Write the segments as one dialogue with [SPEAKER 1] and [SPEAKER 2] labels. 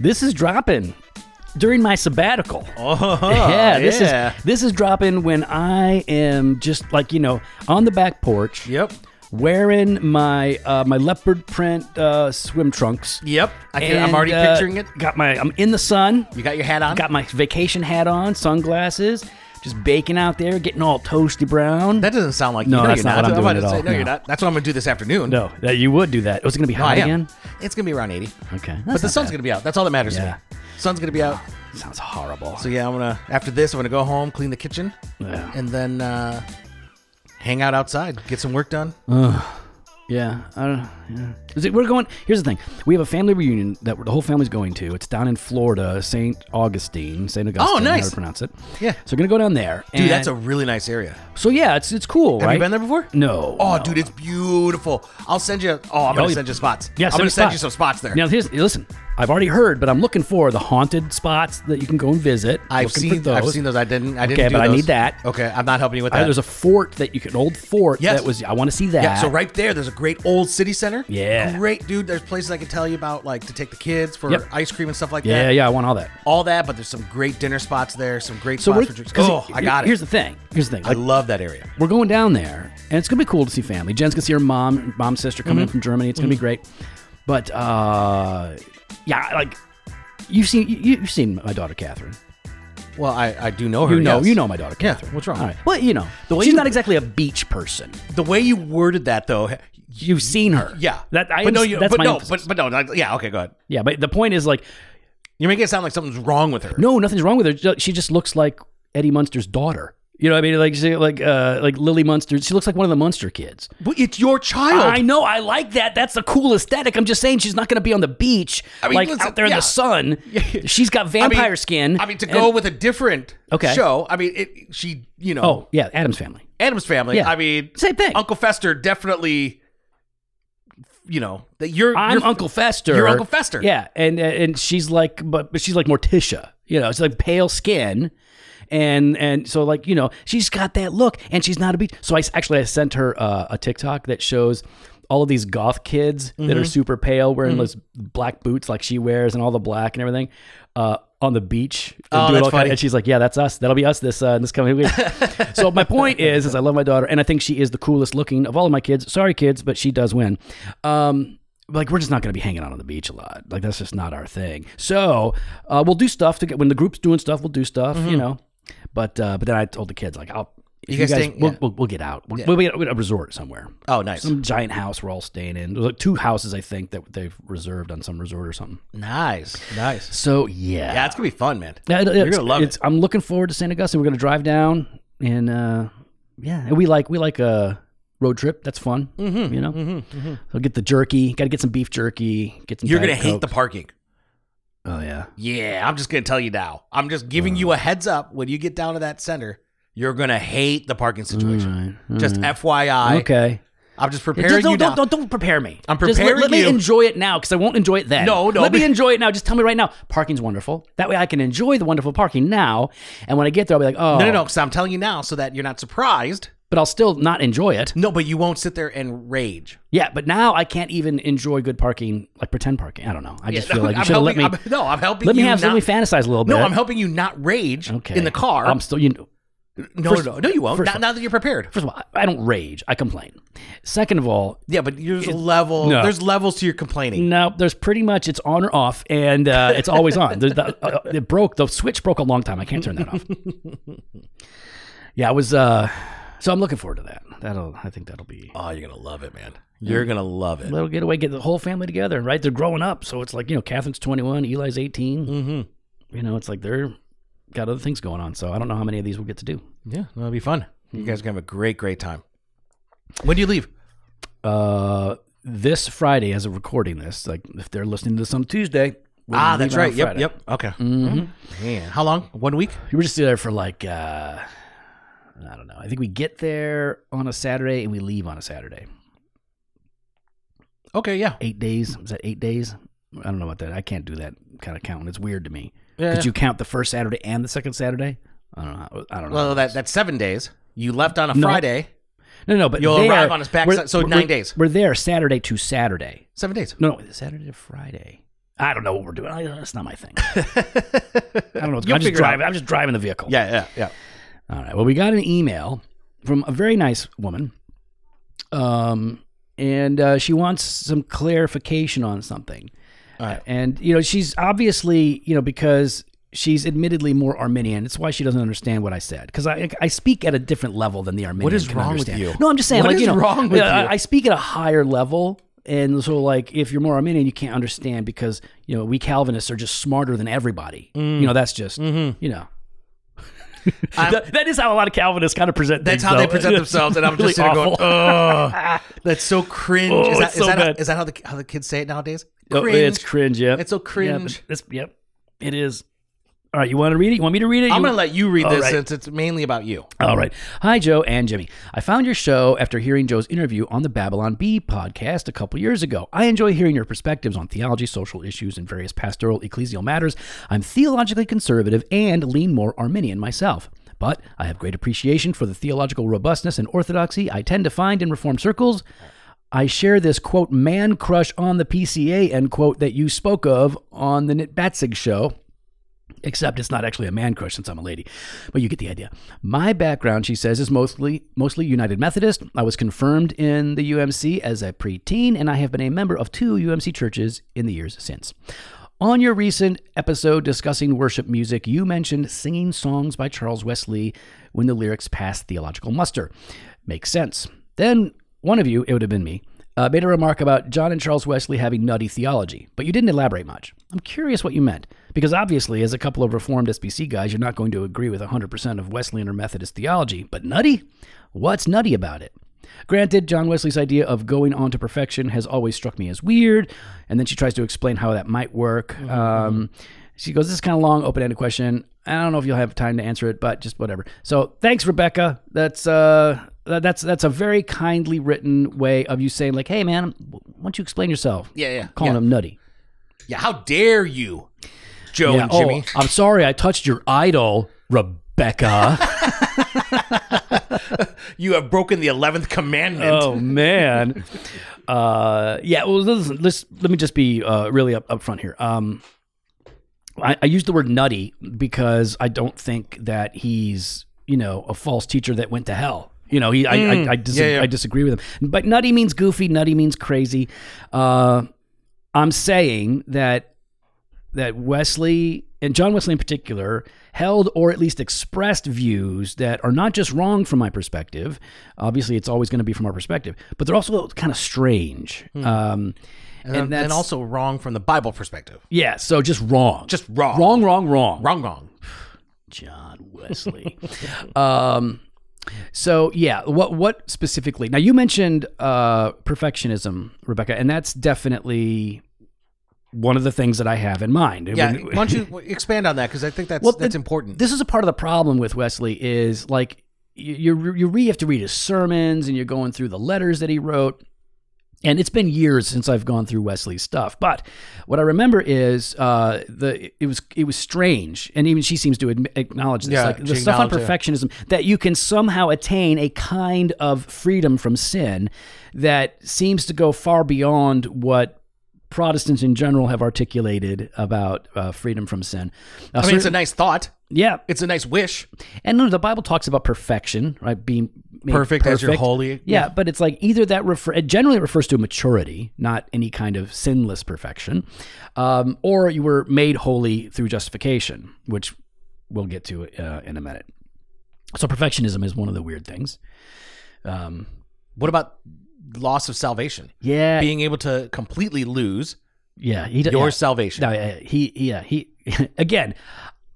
[SPEAKER 1] This is dropping during my sabbatical.
[SPEAKER 2] Oh,
[SPEAKER 1] yeah, this
[SPEAKER 2] yeah.
[SPEAKER 1] is this is dropping when I am just like you know on the back porch.
[SPEAKER 2] Yep.
[SPEAKER 1] Wearing my uh, my leopard print uh, swim trunks.
[SPEAKER 2] Yep. I can, I'm
[SPEAKER 1] And,
[SPEAKER 2] already
[SPEAKER 1] uh,
[SPEAKER 2] picturing it.
[SPEAKER 1] Got my I'm in the sun.
[SPEAKER 2] You got your hat on?
[SPEAKER 1] Got my vacation hat on, sunglasses, just baking out there, getting all toasty brown.
[SPEAKER 2] that doesn't sound like
[SPEAKER 1] No,
[SPEAKER 2] you.
[SPEAKER 1] that's
[SPEAKER 2] you're
[SPEAKER 1] not
[SPEAKER 2] not.
[SPEAKER 1] what I'm
[SPEAKER 2] about
[SPEAKER 1] doing
[SPEAKER 2] to
[SPEAKER 1] at
[SPEAKER 2] say,
[SPEAKER 1] all.
[SPEAKER 2] No,
[SPEAKER 1] No.
[SPEAKER 2] you're not. That's what I'm going to do this afternoon. Oh,
[SPEAKER 1] no, that you would do that. Was it going to be
[SPEAKER 2] I
[SPEAKER 1] hot
[SPEAKER 2] am.
[SPEAKER 1] again?
[SPEAKER 2] It's going to be around 80.
[SPEAKER 1] Okay,
[SPEAKER 2] but
[SPEAKER 1] that's
[SPEAKER 2] the
[SPEAKER 1] not
[SPEAKER 2] sun's
[SPEAKER 1] bad.
[SPEAKER 2] going to be out. That's all that matters
[SPEAKER 1] Yeah.
[SPEAKER 2] to me. Sun's going to be out.
[SPEAKER 1] sounds horrible.
[SPEAKER 2] So yeah, I'm gonna after this, I'm gonna go home, clean the kitchen,
[SPEAKER 1] Yeah.
[SPEAKER 2] and then uh, hang out outside, get some work done.
[SPEAKER 1] Yeah, I don't. Yeah. Is it, we're going. Here's the thing: we have a family reunion that we're- the whole family's going to. It's down in Florida, Saint Augustine, Saint Augustine. How
[SPEAKER 2] Oh, nice.
[SPEAKER 1] to pronounce it?
[SPEAKER 2] Yeah.
[SPEAKER 1] So we're gonna go down there.
[SPEAKER 2] Dude,
[SPEAKER 1] and-
[SPEAKER 2] that's a really nice area.
[SPEAKER 1] So yeah, it's it's cool,
[SPEAKER 2] Have
[SPEAKER 1] right?
[SPEAKER 2] you been there before?
[SPEAKER 1] No.
[SPEAKER 2] Oh,
[SPEAKER 1] no.
[SPEAKER 2] dude, it's beautiful. I'll send you. Oh, I'm
[SPEAKER 1] Oh,
[SPEAKER 2] gonna
[SPEAKER 1] you-
[SPEAKER 2] send you spots.
[SPEAKER 1] Yeah,
[SPEAKER 2] I'm gonna
[SPEAKER 1] me
[SPEAKER 2] send
[SPEAKER 1] spots.
[SPEAKER 2] you some spots there.
[SPEAKER 1] Now, here's listen. I've already heard, but I'm looking for the haunted spots that you can go and visit.
[SPEAKER 2] I've
[SPEAKER 1] Looking
[SPEAKER 2] seen.
[SPEAKER 1] For those.
[SPEAKER 2] I've seen those. I didn't. I didn't.
[SPEAKER 1] Okay,
[SPEAKER 2] do
[SPEAKER 1] but I
[SPEAKER 2] those.
[SPEAKER 1] need that.
[SPEAKER 2] Okay, I'm not helping you with
[SPEAKER 1] Uh,
[SPEAKER 2] that.
[SPEAKER 1] there's a fort that you can old fort
[SPEAKER 2] Yes.
[SPEAKER 1] that was. I want to see that.
[SPEAKER 2] yeah, so right there, there's a great old city center.
[SPEAKER 1] Yeah.
[SPEAKER 2] great dude. There's places I can tell you about, like to take the kids for
[SPEAKER 1] Yep.
[SPEAKER 2] ice cream and stuff like
[SPEAKER 1] Yeah,
[SPEAKER 2] that.
[SPEAKER 1] yeah, I want all that.
[SPEAKER 2] all that. But there's some great dinner spots there. Some great
[SPEAKER 1] So
[SPEAKER 2] spots
[SPEAKER 1] we're.
[SPEAKER 2] for drinks.
[SPEAKER 1] 'cause
[SPEAKER 2] Oh,
[SPEAKER 1] he-
[SPEAKER 2] I got it.
[SPEAKER 1] Here's the thing. Here's the thing.
[SPEAKER 2] I love that area.
[SPEAKER 1] we're going down there, and it's gonna be cool to see family. Jen's gonna see her mom, mom's sister
[SPEAKER 2] Mm-hmm.
[SPEAKER 1] coming in from Germany. It's gonna be great. But uh, yeah, like you've seen you, you've seen my daughter Catherine.
[SPEAKER 2] Well, I, I do know her.
[SPEAKER 1] You know,
[SPEAKER 2] yes.
[SPEAKER 1] you know my daughter
[SPEAKER 2] Yeah,
[SPEAKER 1] Catherine.
[SPEAKER 2] what's wrong?
[SPEAKER 1] All right. Well, you know,
[SPEAKER 2] way
[SPEAKER 1] she's
[SPEAKER 2] you-
[SPEAKER 1] not exactly a beach person.
[SPEAKER 2] The way you worded that, though.
[SPEAKER 1] You've seen her.
[SPEAKER 2] Yeah,
[SPEAKER 1] That I.
[SPEAKER 2] but no,
[SPEAKER 1] am-
[SPEAKER 2] you,
[SPEAKER 1] that's
[SPEAKER 2] but
[SPEAKER 1] my
[SPEAKER 2] no,
[SPEAKER 1] emphasis.
[SPEAKER 2] but but no, like, yeah, okay, go ahead.
[SPEAKER 1] yeah, but the point is like,
[SPEAKER 2] You're making it sound like something's wrong with her.
[SPEAKER 1] no, nothing's wrong with her. Ju- She just looks like Eddie Munster's daughter. You know what I mean? Like she, like uh, like Lily Munster. She looks like one of the Munster kids.
[SPEAKER 2] but it's your child.
[SPEAKER 1] I know. I like that. That's a cool aesthetic. I'm just saying she's not going to be on the beach,
[SPEAKER 2] I mean,
[SPEAKER 1] like
[SPEAKER 2] listen,
[SPEAKER 1] out there in
[SPEAKER 2] yeah.
[SPEAKER 1] the sun. She's got
[SPEAKER 2] I mean-
[SPEAKER 1] vampire skin.
[SPEAKER 2] I mean, to
[SPEAKER 1] and-
[SPEAKER 2] go with a different
[SPEAKER 1] Okay.
[SPEAKER 2] show. I mean, it, she, you know,
[SPEAKER 1] Oh yeah, Adam's family.
[SPEAKER 2] Adam's family.
[SPEAKER 1] Yeah.
[SPEAKER 2] I mean,
[SPEAKER 1] Same thing.
[SPEAKER 2] Uncle Fester definitely. You know that you're.
[SPEAKER 1] I'm
[SPEAKER 2] you're-
[SPEAKER 1] Uncle Fester.
[SPEAKER 2] you're Uncle Fester.
[SPEAKER 1] Yeah, and and she's like, but, but she's like Morticia. You know, it's like pale skin, and and so like you know, she's got that look, and she's not a beach. So I s- actually I sent her uh, a TikTok that shows all of these goth kids that
[SPEAKER 2] Mm-hmm.
[SPEAKER 1] are super pale wearing those black boots like she wears and all the black and everything. Uh, on the beach, and
[SPEAKER 2] Oh,
[SPEAKER 1] doing
[SPEAKER 2] that's
[SPEAKER 1] all kind-
[SPEAKER 2] funny.
[SPEAKER 1] and she's like, "Yeah, that's us. That'll be us this uh, this coming week." so my point is, is I love my daughter, and I think she is the coolest looking of all of my kids. Sorry, kids, but she does win. Um, like we're just not going to be hanging out on the beach a lot. Like that's just not our thing. So uh, we'll do stuff to get when the group's doing stuff. We'll do stuff,
[SPEAKER 2] Mm-hmm.
[SPEAKER 1] you know. But uh, but then I told the kids like, "I'll." If
[SPEAKER 2] You
[SPEAKER 1] you,
[SPEAKER 2] guys
[SPEAKER 1] guys,
[SPEAKER 2] staying-
[SPEAKER 1] we'll,
[SPEAKER 2] yeah.
[SPEAKER 1] we'll, we'll get out. We'll, we'll get we'll get a resort somewhere.
[SPEAKER 2] Oh, nice,
[SPEAKER 1] Some giant house we're all staying in. There's like two houses I think that they've reserved on some resort or something.
[SPEAKER 2] nice, nice.
[SPEAKER 1] So yeah,
[SPEAKER 2] Yeah, it's gonna be fun, man.
[SPEAKER 1] yeah, it-
[SPEAKER 2] You're
[SPEAKER 1] it's-
[SPEAKER 2] gonna love
[SPEAKER 1] it's-
[SPEAKER 2] it.
[SPEAKER 1] I'm looking forward to St. Augustine. We're gonna drive down and uh, yeah, and we like we like a road trip. That's fun. Mm-hmm, you know, so get the jerky. Got to get some beef jerky. Get some.
[SPEAKER 2] You're gonna
[SPEAKER 1] Diet
[SPEAKER 2] hate the
[SPEAKER 1] Coke.
[SPEAKER 2] parking.
[SPEAKER 1] Oh yeah.
[SPEAKER 2] Yeah, I'm just gonna tell you now. I'm just giving you a
[SPEAKER 1] Mm.
[SPEAKER 2] heads up. When you get down to that center, you're gonna hate the parking situation. Just FYI.
[SPEAKER 1] Mm. Okay.
[SPEAKER 2] I'm just
[SPEAKER 1] Just
[SPEAKER 2] preparing
[SPEAKER 1] don't,
[SPEAKER 2] you
[SPEAKER 1] don't,
[SPEAKER 2] now.
[SPEAKER 1] don't, don't prepare me.
[SPEAKER 2] I'm
[SPEAKER 1] Just let-
[SPEAKER 2] preparing
[SPEAKER 1] let,
[SPEAKER 2] you.
[SPEAKER 1] me enjoy it now because I won't enjoy it then.
[SPEAKER 2] No, no,
[SPEAKER 1] Let me
[SPEAKER 2] be-
[SPEAKER 1] enjoy it now. Just tell me right now. Parking's wonderful. That way I can enjoy the wonderful parking now. And when I get there, I'll be like, oh,
[SPEAKER 2] No, no, no. Because I'm telling you now, so that you're not surprised.
[SPEAKER 1] But I'll still not enjoy it.
[SPEAKER 2] No, but you won't sit there and rage.
[SPEAKER 1] Yeah, but now I can't even enjoy good parking, like pretend parking. I don't know. I just feel like you
[SPEAKER 2] I'm
[SPEAKER 1] should have let
[SPEAKER 2] helping.
[SPEAKER 1] me.
[SPEAKER 2] I'm, no, I'm helping.
[SPEAKER 1] let me
[SPEAKER 2] you
[SPEAKER 1] have
[SPEAKER 2] not,
[SPEAKER 1] let me fantasize a little bit.
[SPEAKER 2] No, I'm helping you not rage
[SPEAKER 1] okay.
[SPEAKER 2] in the car.
[SPEAKER 1] I'm still you. Know,
[SPEAKER 2] no,
[SPEAKER 1] first-
[SPEAKER 2] no, no, you won't.
[SPEAKER 1] first
[SPEAKER 2] Not,
[SPEAKER 1] of-
[SPEAKER 2] now that you're prepared.
[SPEAKER 1] first of all, I I don't rage. I complain. Second of all,
[SPEAKER 2] Yeah, but there's a level.
[SPEAKER 1] no.
[SPEAKER 2] There's levels to your complaining.
[SPEAKER 1] no, there's pretty much it's on or off, and uh, it's always on. There's the, uh, it broke. The switch broke a long time. I can't turn that off. yeah, I was. Uh, so I'm looking forward to that. That'll. I think that'll be.
[SPEAKER 2] Oh, you're gonna love it, man. You're gonna love it.
[SPEAKER 1] Little getaway, get the whole family together, right? They're growing up, so it's like you know, Catherine's twenty one, Eli's 18
[SPEAKER 2] Mm-hmm.
[SPEAKER 1] you know, it's like they're got other things going on. So I don't know how many of these we'll get to do.
[SPEAKER 2] Yeah, that'll be fun. You guys are gonna have a great, great time. Mm-hmm. When do you leave?
[SPEAKER 1] Uh, this Friday, as of recording this, like if they're listening to this on Tuesday, we're
[SPEAKER 2] ah,
[SPEAKER 1] leaving
[SPEAKER 2] that's
[SPEAKER 1] on
[SPEAKER 2] right. Yep,
[SPEAKER 1] Friday.
[SPEAKER 2] yep. Okay. Mm-hmm.
[SPEAKER 1] Mhm.
[SPEAKER 2] Man, how long? One week?
[SPEAKER 1] We were just there for like, uh, I don't know. I think we get there on a Saturday and we leave on a Saturday.
[SPEAKER 2] Okay, yeah.
[SPEAKER 1] Eight days. Is that eight days? I don't know about that. I can't do that kind of counting. It's weird to me.
[SPEAKER 2] Yeah,
[SPEAKER 1] Did you count the first Saturday and the second Saturday? I don't know. I don't know.
[SPEAKER 2] Well, that that's seven days. You left on a
[SPEAKER 1] No.
[SPEAKER 2] Friday.
[SPEAKER 1] no, no, but
[SPEAKER 2] You'll
[SPEAKER 1] there-
[SPEAKER 2] arrive on us back
[SPEAKER 1] we're-
[SPEAKER 2] Sa- so
[SPEAKER 1] we're-
[SPEAKER 2] nine days.
[SPEAKER 1] We're there Saturday to Saturday.
[SPEAKER 2] Seven days.
[SPEAKER 1] No, no, Saturday to Friday. I don't know what we're doing. I, that's not my thing. I don't know. What's, I'm just
[SPEAKER 2] figure it out.
[SPEAKER 1] driving. I'm just driving the vehicle.
[SPEAKER 2] Yeah, yeah, yeah.
[SPEAKER 1] All right. Well, we got an email from a very nice woman, um, and uh, she wants some clarification on something.
[SPEAKER 2] All right.
[SPEAKER 1] And you know, she's obviously you know because she's admittedly more Armenian. It's why she doesn't understand what I said because I I speak at a different level than the Armenian.
[SPEAKER 2] is
[SPEAKER 1] can
[SPEAKER 2] wrong with
[SPEAKER 1] understand.
[SPEAKER 2] you?
[SPEAKER 1] No, I'm just saying.
[SPEAKER 2] What
[SPEAKER 1] like
[SPEAKER 2] is
[SPEAKER 1] you know,
[SPEAKER 2] wrong with
[SPEAKER 1] yeah,
[SPEAKER 2] you?
[SPEAKER 1] I, I speak at a higher level. And so, like, if you're more Armenian, you can't understand because you know we Calvinists are just smarter than everybody.
[SPEAKER 2] Mm.
[SPEAKER 1] You know, that's just
[SPEAKER 2] Mm-hmm.
[SPEAKER 1] you know
[SPEAKER 2] I'm-
[SPEAKER 1] that, that is how a lot of Calvinists kind of present.
[SPEAKER 2] That's
[SPEAKER 1] things,
[SPEAKER 2] how they
[SPEAKER 1] though.
[SPEAKER 2] present themselves, and I'm
[SPEAKER 1] Really
[SPEAKER 2] just sitting there going,
[SPEAKER 1] awful.
[SPEAKER 2] "Ugh, that's so cringe."
[SPEAKER 1] Oh,
[SPEAKER 2] is that,
[SPEAKER 1] it's
[SPEAKER 2] is
[SPEAKER 1] so
[SPEAKER 2] that,
[SPEAKER 1] bad.
[SPEAKER 2] is that how the how the kids say it nowadays?
[SPEAKER 1] Oh,
[SPEAKER 2] Cringe.
[SPEAKER 1] It's cringe. Yep.
[SPEAKER 2] It's so cringe.
[SPEAKER 1] Yep. It's, yep. It is. All right. You want to read it? You want me to read it?
[SPEAKER 2] I'm
[SPEAKER 1] You-
[SPEAKER 2] gonna let you read
[SPEAKER 1] All
[SPEAKER 2] this
[SPEAKER 1] right.
[SPEAKER 2] since it's mainly about you.
[SPEAKER 1] All right. Hi, Joe and Jimmy. I found your show after hearing Joe's interview on the Babylon Bee podcast a couple years ago. I enjoy hearing your perspectives on theology, social issues, and various pastoral ecclesial matters. I'm theologically conservative and lean more Arminian myself. But I have great appreciation for the theological robustness and orthodoxy I tend to find in Reformed circles. I share this quote man crush on the PCA end quote that you spoke of on the Knit Batzig show except it's not actually a man crush since I'm a lady. But you get the idea. My background, she says, is mostly mostly United Methodist. I was confirmed in the UMC as a preteen, and I have been a member of two UMC churches in the years since. On your recent episode discussing worship music, you mentioned singing songs by Charles Wesley when the lyrics passed theological muster. Makes sense. Then one of you, it would have been me, uh, made a remark about John and Charles Wesley having nutty theology, but you didn't elaborate much. I'm curious what you meant, because obviously, as a couple of Reformed SBC guys, you're not going to agree with 100% of Wesleyan or Methodist theology, but nutty? What's nutty about it? Granted, John Wesley's idea of going on to perfection has always struck me as weird, and then she tries to explain how that might work. Um, she goes, This is kind of long, open ended question. I don't know if you'll have time to answer it, but just whatever. So thanks, Rebecca. That's uh, that- that's that's a very kindly written way of you saying like, "Hey, man, why don't you explain yourself?"
[SPEAKER 2] Yeah, yeah,
[SPEAKER 1] calling
[SPEAKER 2] yeah.
[SPEAKER 1] him nutty.
[SPEAKER 2] Yeah, how dare you, Joe
[SPEAKER 1] Yeah,
[SPEAKER 2] and
[SPEAKER 1] oh,
[SPEAKER 2] Jimmy?
[SPEAKER 1] I'm sorry, I touched your idol, Rebecca.
[SPEAKER 2] You have broken the eleventh commandment.
[SPEAKER 1] oh man, uh, yeah. Well, listen, let's let me just be uh, really up upfront here. Um, I, I use the word nutty because I don't think that he's you know a false teacher that went to hell. You know, he I I, I, dis-
[SPEAKER 2] Mm, yeah, yeah.
[SPEAKER 1] I disagree with him. But nutty means goofy. Nutty means crazy. Uh, I'm saying that that Wesley and John Wesley in particular held or at least expressed views that are not just wrong from my perspective. Obviously, it's always going to be from our perspective, but they're also kind of strange. Um,
[SPEAKER 2] Hmm. and,
[SPEAKER 1] and
[SPEAKER 2] and
[SPEAKER 1] that's-
[SPEAKER 2] also wrong from the Bible perspective.
[SPEAKER 1] yeah, so just wrong,
[SPEAKER 2] Just wrong.
[SPEAKER 1] wrong, wrong, wrong.
[SPEAKER 2] wrong, wrong.
[SPEAKER 1] John Wesley. um, so yeah, what what specifically? Now you mentioned uh, perfectionism, Rebecca, and that's definitely one of the things that I have in mind.
[SPEAKER 2] Yeah,
[SPEAKER 1] When-
[SPEAKER 2] why don't you expand on that because I think that's
[SPEAKER 1] Well,
[SPEAKER 2] that's
[SPEAKER 1] the-
[SPEAKER 2] important.
[SPEAKER 1] this is a part of the problem with Wesley is like you you, you re, have to read his sermons and you're going through the letters that he wrote. And it's been years since I've gone through Wesley's stuff, but what I remember is uh, the it was it was strange, and even she seems to admi- acknowledge this,
[SPEAKER 2] Yeah,
[SPEAKER 1] like the
[SPEAKER 2] she
[SPEAKER 1] stuff on
[SPEAKER 2] acknowledged
[SPEAKER 1] perfectionism that you can somehow attain a kind of freedom from sin that seems to go far beyond what Protestants in general have articulated about uh, freedom from sin. Uh,
[SPEAKER 2] I mean, it's a
[SPEAKER 1] cer-
[SPEAKER 2] nice thought.
[SPEAKER 1] yeah,
[SPEAKER 2] It's a nice wish.
[SPEAKER 1] and no, the Bible talks about perfection, right? Being made
[SPEAKER 2] Perfect as you're holy.
[SPEAKER 1] Yeah, but it's like either that refer it generally refers to maturity, not any kind of sinless perfection, um, or you were made holy through justification, which we'll get to uh, in a minute. So perfectionism is one of the weird things. Um,
[SPEAKER 2] What about loss of salvation?
[SPEAKER 1] yeah,
[SPEAKER 2] Being able to completely lose
[SPEAKER 1] yeah, he, d-
[SPEAKER 2] your
[SPEAKER 1] yeah.
[SPEAKER 2] salvation.
[SPEAKER 1] No, yeah, he, yeah, he. Again,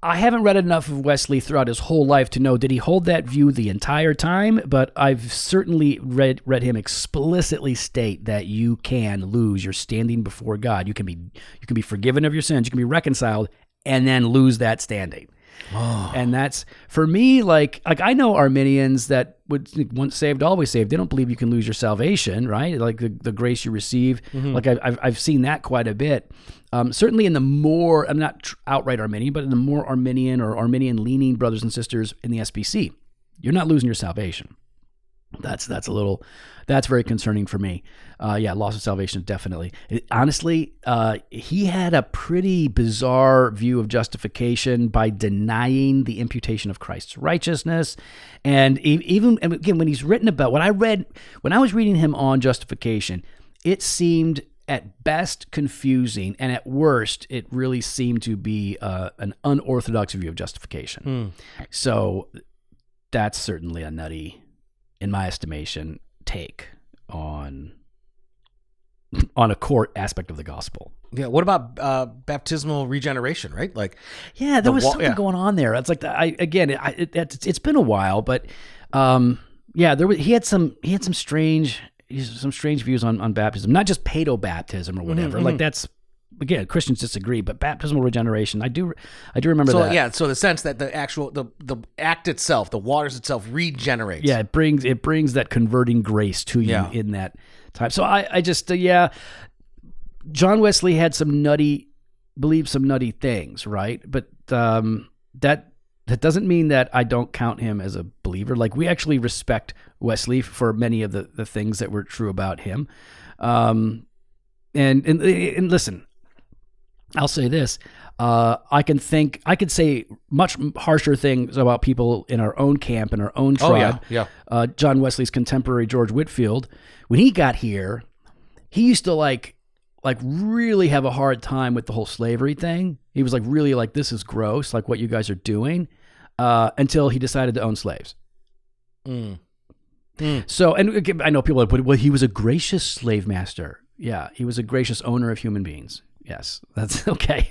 [SPEAKER 1] I haven't read enough of Wesley throughout his whole life to know did he hold that view the entire time. But I've certainly read read him explicitly state that you can lose. You're standing before God. You can be you can be forgiven of your sins. You can be reconciled, and then lose that standing. And that's for me, like like I know Arminians that would once saved, always saved. They don't believe you can lose your salvation, right? Like the, the grace you receive. Like I, I've I've seen that quite a bit. Um, certainly in the more I'm not tr- outright Arminian, but in the more Arminian or Arminian leaning brothers and sisters in the SBC, you're not losing your salvation. That's that's a little that's very concerning for me. Uh, yeah, loss of salvation definitely. It- honestly, uh, he had a pretty bizarre view of justification by denying the imputation of Christ's righteousness, and e- even and again when he's written about what I read when I was reading him on justification, it seemed at best confusing, and at worst, it really seemed to be uh, an unorthodox view of
[SPEAKER 2] Hmm.
[SPEAKER 1] justification. So that's certainly a nutty, in my estimation, take on on a core aspect of the gospel.
[SPEAKER 2] Yeah. What about uh, baptismal regeneration? Right. Like,
[SPEAKER 1] Yeah, there
[SPEAKER 2] The
[SPEAKER 1] was
[SPEAKER 2] wa-
[SPEAKER 1] something
[SPEAKER 2] yeah.
[SPEAKER 1] going on there. It's like I again, I, it, it's, it's been a while, but um, yeah, there was he had some he had some strange some strange views on on baptism, not just paedo baptism or whatever. Like that's again, Christians disagree, but baptismal regeneration, I do I do remember
[SPEAKER 2] so
[SPEAKER 1] that.
[SPEAKER 2] yeah. So the sense that the actual the the act itself, the waters itself, regenerates.
[SPEAKER 1] Yeah, it brings it brings that converting grace to you
[SPEAKER 2] Yeah.
[SPEAKER 1] in that time. So I I just uh, yeah, John Wesley had some nutty believe some nutty things, right? But um that that doesn't mean that I don't count him as a believer. Like we actually respect Wesley for many of the the things that were true about him. Um and and, and listen, I'll say this. Uh, I can think, I could say much harsher things about people in our own camp, in our own tribe,
[SPEAKER 2] Oh yeah. Yeah.
[SPEAKER 1] uh, John Wesley's contemporary George Whitfield, when he got here, he used to like like really have a hard time with the whole slavery thing. He was like really like this is gross, like what you guys are doing, uh, until he decided to own slaves.
[SPEAKER 2] Mm.
[SPEAKER 1] So, and again, I know people are, but well, he was a gracious slave master. Yeah, he was a gracious owner of human beings. Yes, that's okay.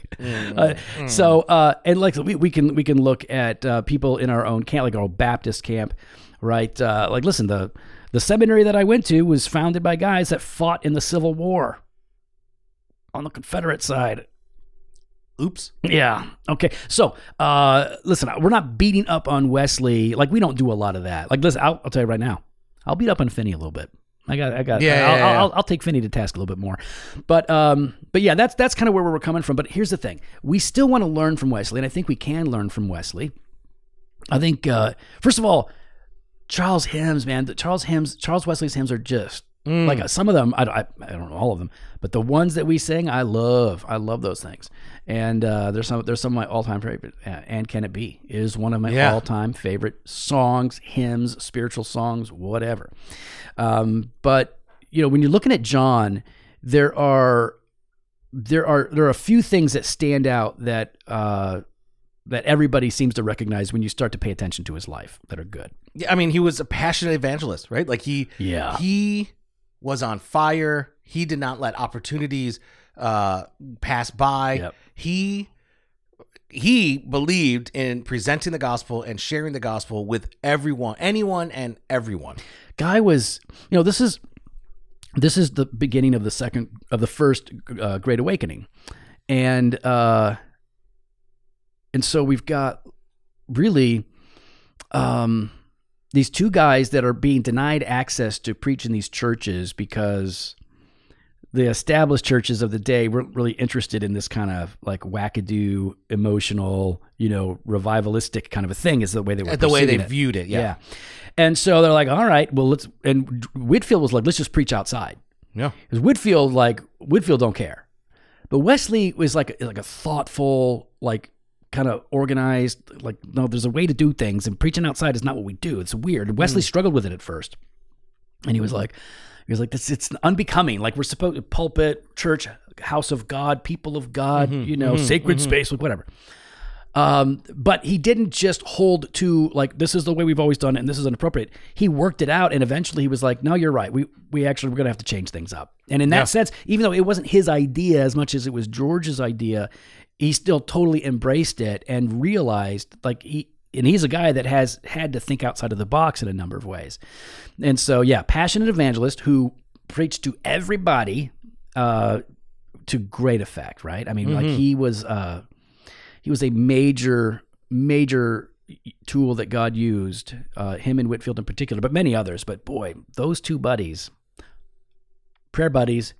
[SPEAKER 1] Uh, So, uh, and like we, we can we can look at uh, people in our own camp, like our Baptist camp, right? Uh, like, listen, the the seminary that I went to was founded by guys that fought in the Civil War on the Confederate side.
[SPEAKER 2] Oops.
[SPEAKER 1] Yeah. Okay. So, uh, listen, we're not beating up on Wesley. Like, we don't do a lot of that. Like, listen, I'll, I'll tell you right now, I'll beat up on Finney a little bit. I got, I got,
[SPEAKER 2] Yeah, yeah,
[SPEAKER 1] I'll,
[SPEAKER 2] yeah.
[SPEAKER 1] I'll, I'll take Finney to task a little bit more. But, um, but yeah, that's, that's kind of where we're coming from. But here's the thing we still want to learn from Wesley, and I think we can learn from Wesley. I think, uh, first of all, Charles hymns, man, the Charles hymns, Charles Wesley's hymns are just like uh, some of them. I, don't- I, I don't know all of them, but the ones that we sing, I love. I love those things. And uh, there's some there's some of my all time favorite. Uh, and can it be is one of my
[SPEAKER 2] Yeah.
[SPEAKER 1] all time favorite songs, hymns, spiritual songs, whatever. Um, but you know, when you're looking at John, there are there are there are a few things that stand out that uh, that everybody seems to recognize when you start to pay attention to his life that are good.
[SPEAKER 2] Yeah, I mean, he was a passionate evangelist, right? Like he,
[SPEAKER 1] Yeah.
[SPEAKER 2] he was on fire. He did not let opportunities uh, pass by.
[SPEAKER 1] Yep.
[SPEAKER 2] He he believed in presenting the gospel and sharing the gospel with everyone, anyone, and everyone.
[SPEAKER 1] guy was you know this is this is the beginning of the second of the first uh, great awakening and uh and so we've got really um these two guys that are being denied access to preach in these churches because the established churches of the day weren't really interested in this kind of like wackadoo emotional you know revivalistic kind of a thing is the way they were
[SPEAKER 2] the way they
[SPEAKER 1] perceiving it.
[SPEAKER 2] viewed it, yeah,
[SPEAKER 1] Yeah. And so they're like, all right, well, let's. And Whitfield was like, let's just preach outside.
[SPEAKER 2] yeah.
[SPEAKER 1] Because Whitfield, like, Whitfield don't care. But Wesley was like, like a thoughtful, like, kind of organized, like, no, there's a way to do things. And preaching outside is not what we do. It's weird. And Wesley struggled with it at first. And he was like, he was like, this, it's unbecoming. Like, we're supposed to pulpit, church, house of God, people of God, you know, sacred space, like, whatever. Um, but he didn't just hold to like this is the way we've always done it and this is inappropriate. He worked it out and eventually he was like, No, you're right. We we actually we're gonna have to change things up. And in that sense, even though it wasn't his idea as much as it was George's idea, he still totally embraced it and realized like he and he's a guy that has had to think outside of the box in a number of ways. And so yeah, passionate evangelist who preached to everybody uh to great effect, right? I mean, like he was uh he was a major major tool that god used uh, him and whitfield in particular but many others but boy those two buddies prayer buddies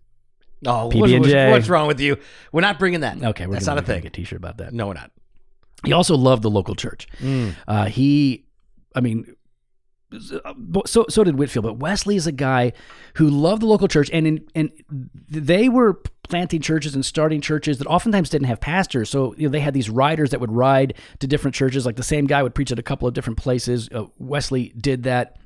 [SPEAKER 2] Oh, what-
[SPEAKER 1] PB&J.
[SPEAKER 2] what's wrong with you? We're not bringing that.
[SPEAKER 1] okay we're
[SPEAKER 2] that's
[SPEAKER 1] gonna,
[SPEAKER 2] not a
[SPEAKER 1] we're gonna
[SPEAKER 2] thing.
[SPEAKER 1] get a t-shirt about that
[SPEAKER 2] No, we're not.
[SPEAKER 1] he also loved the local church uh, he i mean so so did Whitfield, but Wesley is a guy who loved the local church, and in, and they were planting churches and starting churches that oftentimes didn't have pastors. So you know, they had these riders that would ride to different churches. Like the same guy would preach at a couple of different places. Uh, Wesley did that.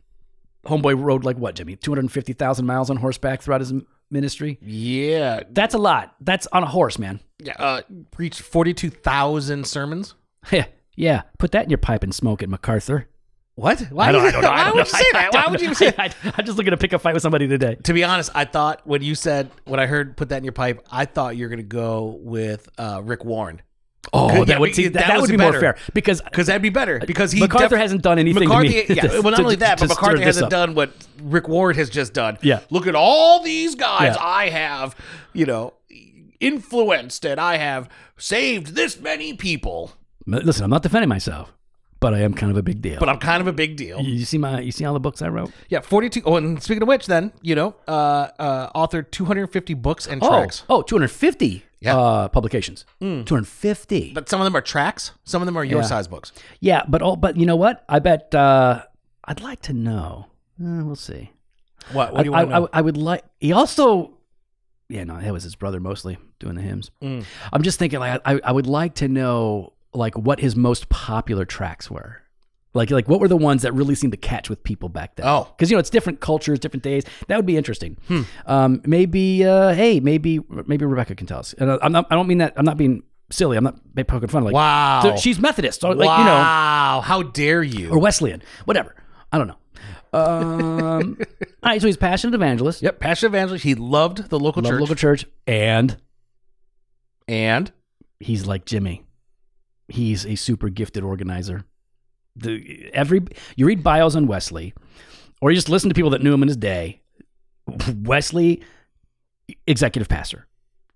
[SPEAKER 1] Homeboy rode like what, Jimmy? Two hundred fifty thousand miles on horseback throughout his m- ministry.
[SPEAKER 2] Yeah.
[SPEAKER 1] That's a lot. That's on a horse, man.
[SPEAKER 2] yeah uh, preached 42,000 sermons.
[SPEAKER 1] Heh. yeah, put that in your pipe and smoke it, MacArthur.
[SPEAKER 2] What? Why, do you- why would you say that? Why would you say
[SPEAKER 1] I, I, I'm just looking to pick a fight with somebody today.
[SPEAKER 2] To be honest, I thought when you said, when I heard put that in your pipe, I thought you were going to go with uh, Rick Warren.
[SPEAKER 1] Oh,
[SPEAKER 2] Yeah,
[SPEAKER 1] that would
[SPEAKER 2] but
[SPEAKER 1] see,
[SPEAKER 2] you-
[SPEAKER 1] that,
[SPEAKER 2] that
[SPEAKER 1] that
[SPEAKER 2] was
[SPEAKER 1] would be
[SPEAKER 2] better.
[SPEAKER 1] more fair because
[SPEAKER 2] Because that'd be better. Because he
[SPEAKER 1] MacArthur Uh,
[SPEAKER 2] def-
[SPEAKER 1] hasn't done anything to
[SPEAKER 2] McCarthy,
[SPEAKER 1] me
[SPEAKER 2] yeah,
[SPEAKER 1] to-
[SPEAKER 2] well, not
[SPEAKER 1] to-
[SPEAKER 2] only that,
[SPEAKER 1] to
[SPEAKER 2] but McCarthy
[SPEAKER 1] stir this
[SPEAKER 2] hasn't
[SPEAKER 1] up.
[SPEAKER 2] done what Rick Ward has just done.
[SPEAKER 1] Yeah.
[SPEAKER 2] look at all these guys
[SPEAKER 1] Yeah.
[SPEAKER 2] I have, you know, influenced, and I have saved this many people.
[SPEAKER 1] listen, I'm not defending myself, but I am kind of a big deal.
[SPEAKER 2] But I'm kind of a big deal.
[SPEAKER 1] you see my, you see all the books I wrote.
[SPEAKER 2] Yeah, 42. Oh, and speaking of which, then you know, uh, uh, authored 250 books and tracks.
[SPEAKER 1] Oh, oh, 250
[SPEAKER 2] Yeah. Mm.
[SPEAKER 1] uh, publications. 250.
[SPEAKER 2] But some of them are tracks. Some of them are your size books.
[SPEAKER 1] yeah, but all, but you know what? I bet uh, I'd like to know. Uh, we'll see.
[SPEAKER 2] What? What
[SPEAKER 1] I,
[SPEAKER 2] do you want to
[SPEAKER 1] I-
[SPEAKER 2] know?
[SPEAKER 1] I- I would like. He also, yeah, no, that was his brother mostly doing the hymns.
[SPEAKER 2] Mm.
[SPEAKER 1] I'm just thinking, like, I, I would like to know, like, what his most popular tracks were. Like, like what were the ones that really seemed to catch with people back then?
[SPEAKER 2] Oh. Hmm.
[SPEAKER 1] because you know it's different cultures, different days. That would be interesting. Um, maybe, uh, hey, maybe, maybe Rebecca can tell us. And I- I'm not, I don't mean that. I'm not being silly. I'm not poking fun. Like,
[SPEAKER 2] wow.
[SPEAKER 1] so she's Methodist, so, like you know,
[SPEAKER 2] wow. How dare you?
[SPEAKER 1] or Wesleyan, whatever. I don't know. Um, all right, so he's passionate evangelist.
[SPEAKER 2] yep. Passion evangelist. He loved the local
[SPEAKER 1] Love
[SPEAKER 2] church.
[SPEAKER 1] local church. And
[SPEAKER 2] and
[SPEAKER 1] he's like Jimmy. He's a super gifted organizer. The every you read bios on Wesley, or you just listen to people that knew him in his day. Wesley, executive pastor.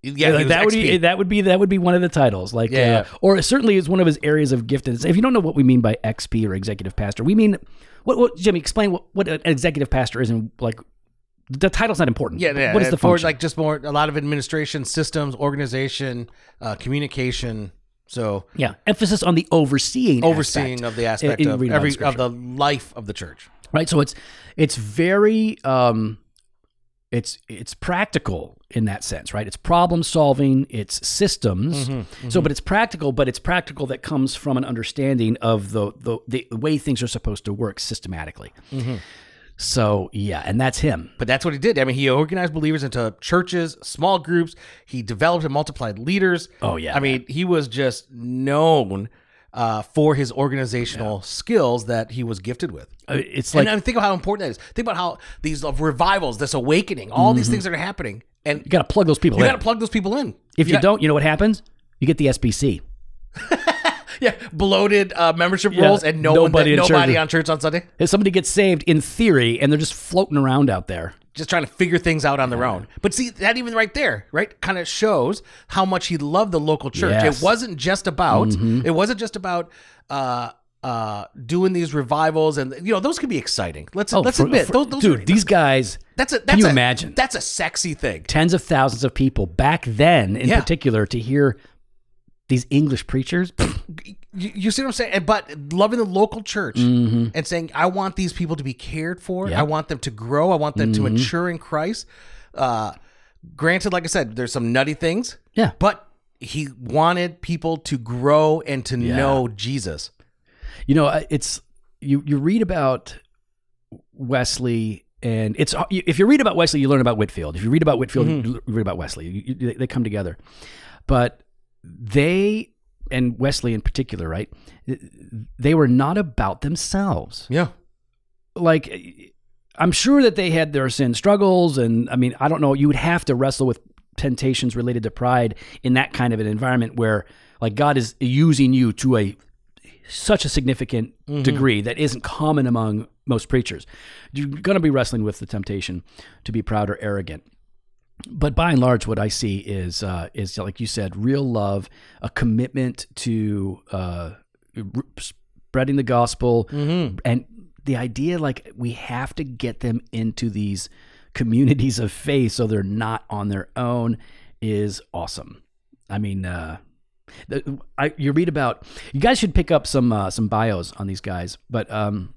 [SPEAKER 2] yeah,
[SPEAKER 1] Like,
[SPEAKER 2] he was
[SPEAKER 1] that would
[SPEAKER 2] XP.
[SPEAKER 1] be that would be that would be one of the titles. Like,
[SPEAKER 2] Yeah, yeah.
[SPEAKER 1] uh, or certainly is one of his areas of giftedness. If you don't know what we mean by XP or executive pastor, we mean what? what Jimmy, explain what, what an executive pastor is and like the title's not important.
[SPEAKER 2] Yeah, yeah.
[SPEAKER 1] What is the
[SPEAKER 2] for
[SPEAKER 1] function?
[SPEAKER 2] like just more a lot of administration, systems, organization, uh, communication. So
[SPEAKER 1] yeah, emphasis on the overseeing
[SPEAKER 2] overseeing
[SPEAKER 1] aspect.
[SPEAKER 2] of the aspect
[SPEAKER 1] in
[SPEAKER 2] of
[SPEAKER 1] reading about
[SPEAKER 2] every
[SPEAKER 1] the
[SPEAKER 2] of the life of the church.
[SPEAKER 1] right so it's it's very um it's it's practical in that sense right it's problem solving it's systems
[SPEAKER 2] Mm-hmm,
[SPEAKER 1] so but it's practical but it's practical that comes from an understanding of the the, the way things are supposed to work systematically
[SPEAKER 2] Mm-hmm.
[SPEAKER 1] so yeah and that's him
[SPEAKER 2] But that's what he did. I mean, he organized believers into churches, small groups. He developed and multiplied leaders.
[SPEAKER 1] Oh, yeah,
[SPEAKER 2] I mean, he was just known uh, for his organizational skills that he was gifted with.
[SPEAKER 1] Uh, it's like
[SPEAKER 2] and I mean, think about how important that is. Think about how these uh, revivals, this awakening, all
[SPEAKER 1] Mm-hmm.
[SPEAKER 2] these things that are happening, and
[SPEAKER 1] you got to plug those people
[SPEAKER 2] you
[SPEAKER 1] in
[SPEAKER 2] got to plug those people in.
[SPEAKER 1] if you,
[SPEAKER 2] got-
[SPEAKER 1] don't you know what happens you get the SBC
[SPEAKER 2] Yeah, bloated uh, membership
[SPEAKER 1] Yeah,
[SPEAKER 2] rules and no nobody,
[SPEAKER 1] nobody in
[SPEAKER 2] nobody
[SPEAKER 1] church.
[SPEAKER 2] on church on Sunday.
[SPEAKER 1] if somebody gets saved in theory and they're just floating around out there
[SPEAKER 2] Just trying to figure things out on their own. But see, that even right there, right, kind of shows how much he loved the local church.
[SPEAKER 1] Yes. Mm-hmm.
[SPEAKER 2] It wasn't just about. It wasn't just about. Uh, uh, doing these revivals and you know those can be exciting. Let's Oh, let's
[SPEAKER 1] Oh, for-
[SPEAKER 2] admit
[SPEAKER 1] for-
[SPEAKER 2] those, those
[SPEAKER 1] dude
[SPEAKER 2] are,
[SPEAKER 1] these guys
[SPEAKER 2] that's a that's
[SPEAKER 1] you
[SPEAKER 2] a,
[SPEAKER 1] imagine?
[SPEAKER 2] that's a sexy thing.
[SPEAKER 1] tens of thousands of people back then in
[SPEAKER 2] Yeah.
[SPEAKER 1] particular to hear these English preachers.
[SPEAKER 2] You, you see what I'm saying? And- But loving the local church
[SPEAKER 1] Mm.
[SPEAKER 2] and saying, I want these people to be cared for. I want them to grow. I want them
[SPEAKER 1] Mm-hmm.
[SPEAKER 2] to mature in Christ. Uh, granted, like I said, there's some nutty things.
[SPEAKER 1] Yeah.
[SPEAKER 2] But he wanted people to grow and to know Jesus.
[SPEAKER 1] you know, I- it's you you read about Wesley and it's uh, if you read about Wesley you learn about Whitfield. If you read about Whitfield you read about Wesley. You, you, they come together. But they and Wesley in particular, right? They were not about themselves.
[SPEAKER 2] Yeah.
[SPEAKER 1] like I'm sure that they had their sin struggles and I mean I don't know you would have to wrestle with temptations related to pride in that kind of an environment where like God is using you to a such a significant degree that isn't common among most preachers. You're going to be wrestling with the temptation to be proud or arrogant. But by and large, what I see is uh, is like you said, real love, a commitment to uh, r- spreading the gospel, and the idea like we have to get them into these communities of faith so they're not on their own is awesome. I mean, uh, the, I, you read about you guys should pick up some uh, some bios on these guys, but um,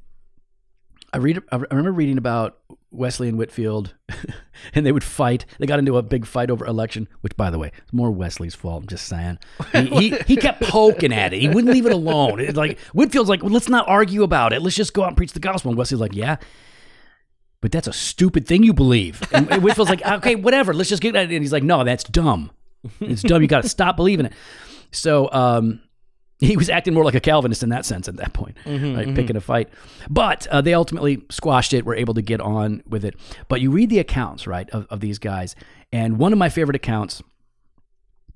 [SPEAKER 1] I read. I remember reading about Wesley and Whitfield, and they would fight. They got into a big fight over election, which, by the way, is more Wesley's fault. I'm just saying. He, he, he kept poking at it. He wouldn't leave it alone. It's like Whitfield's like, well, let's not argue about it. Let's just go out and preach the gospel. And Wesley's like, yeah, but that's a stupid thing you believe. And Whitfield's like, okay, whatever. Let's just get at it. And he's like, no, that's dumb. It's dumb. You got to stop believing it. So. um he was acting more like a Calvinist in that sense at that point, right? Picking a fight. But uh, they ultimately squashed it, were able to get on with it. But you read the accounts, right, of, of these guys. And one of my favorite accounts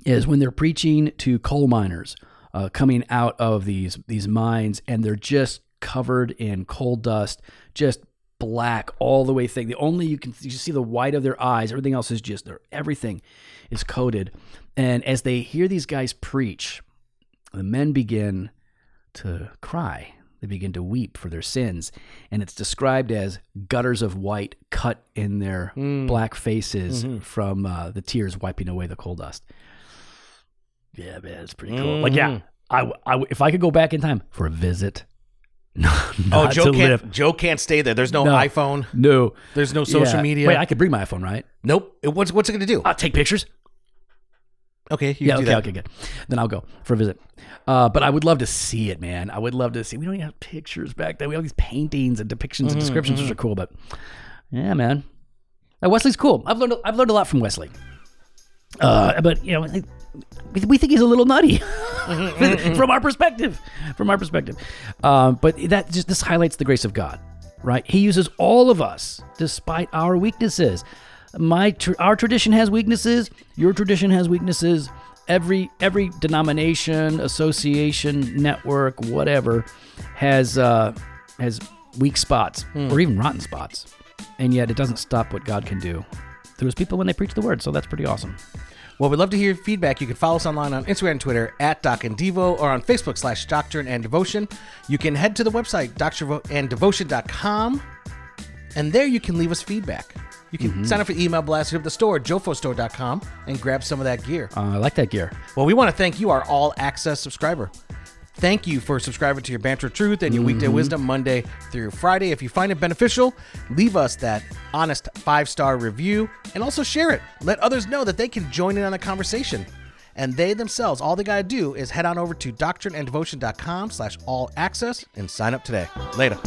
[SPEAKER 1] is when they're preaching to coal miners uh, coming out of these, these mines and they're just covered in coal dust, just black all the way thing. The only you can you see the white of their eyes. Everything else is just there. Everything is coated. And as they hear these guys preach, the men begin to cry. They begin to weep for their sins. And it's described as gutters of white cut in their black faces from uh, the tears wiping away the coal dust. Yeah, man, it's pretty cool. Like, yeah,
[SPEAKER 2] Mm-hmm.
[SPEAKER 1] I, w- I w- if I could go back in time for a visit, not,
[SPEAKER 2] Oh,
[SPEAKER 1] not
[SPEAKER 2] Joe
[SPEAKER 1] to
[SPEAKER 2] can't.
[SPEAKER 1] live.
[SPEAKER 2] Joe can't stay there. There's no,
[SPEAKER 1] No.
[SPEAKER 2] iPhone.
[SPEAKER 1] No.
[SPEAKER 2] There's no social
[SPEAKER 1] Yeah.
[SPEAKER 2] media.
[SPEAKER 1] Wait, I could bring my iPhone, right?
[SPEAKER 2] nope. It- What's what's it gonna do?
[SPEAKER 1] I'll take pictures.
[SPEAKER 2] Okay, you
[SPEAKER 1] Yeah,
[SPEAKER 2] can do
[SPEAKER 1] okay,
[SPEAKER 2] that.
[SPEAKER 1] okay, good. Then I'll go for a visit. Uh, but I would love to see it, man. I would love to see. We don't even have pictures back then. We have all these paintings and depictions and descriptions, which are
[SPEAKER 2] Mm-hmm,
[SPEAKER 1] cool. But yeah, man, Uh, Wesley's cool. I've learned I've learned a lot from Wesley. Uh, but you know, I- we, we think he's a little nutty from our perspective. From our perspective, um, but that just this highlights the grace of God, right? He uses all of us despite our weaknesses. My tr- our tradition has weaknesses. Your tradition has weaknesses. Every every denomination, association, network, whatever, has uh, has weak spots or even rotten spots, and yet it doesn't stop what God can do through His people when they preach the word. So that's pretty awesome.
[SPEAKER 2] Well, we'd love to hear your feedback. You can follow us online on Instagram and Twitter at Doc and Devo or on Facebook slash Doctrine and Devotion. You can head to the website, doctrineanddevotion.com, and there you can leave us feedback. You
[SPEAKER 1] Mm-hmm.
[SPEAKER 2] can sign up for email blasts hit up the store, jofostore.com, and grab some of that gear.
[SPEAKER 1] Uh, I like that gear.
[SPEAKER 2] Well, we want to thank you, our all access subscriber. Thank you for subscribing to your Banter Truth and your Weekday Wisdom Monday through Friday. If you find it beneficial, leave us that honest five star review and also share it. Let others know that they can join in on the conversation. And they themselves, all they got to do is head on over to doctrineanddevotion.com slash all access and sign up today. Later.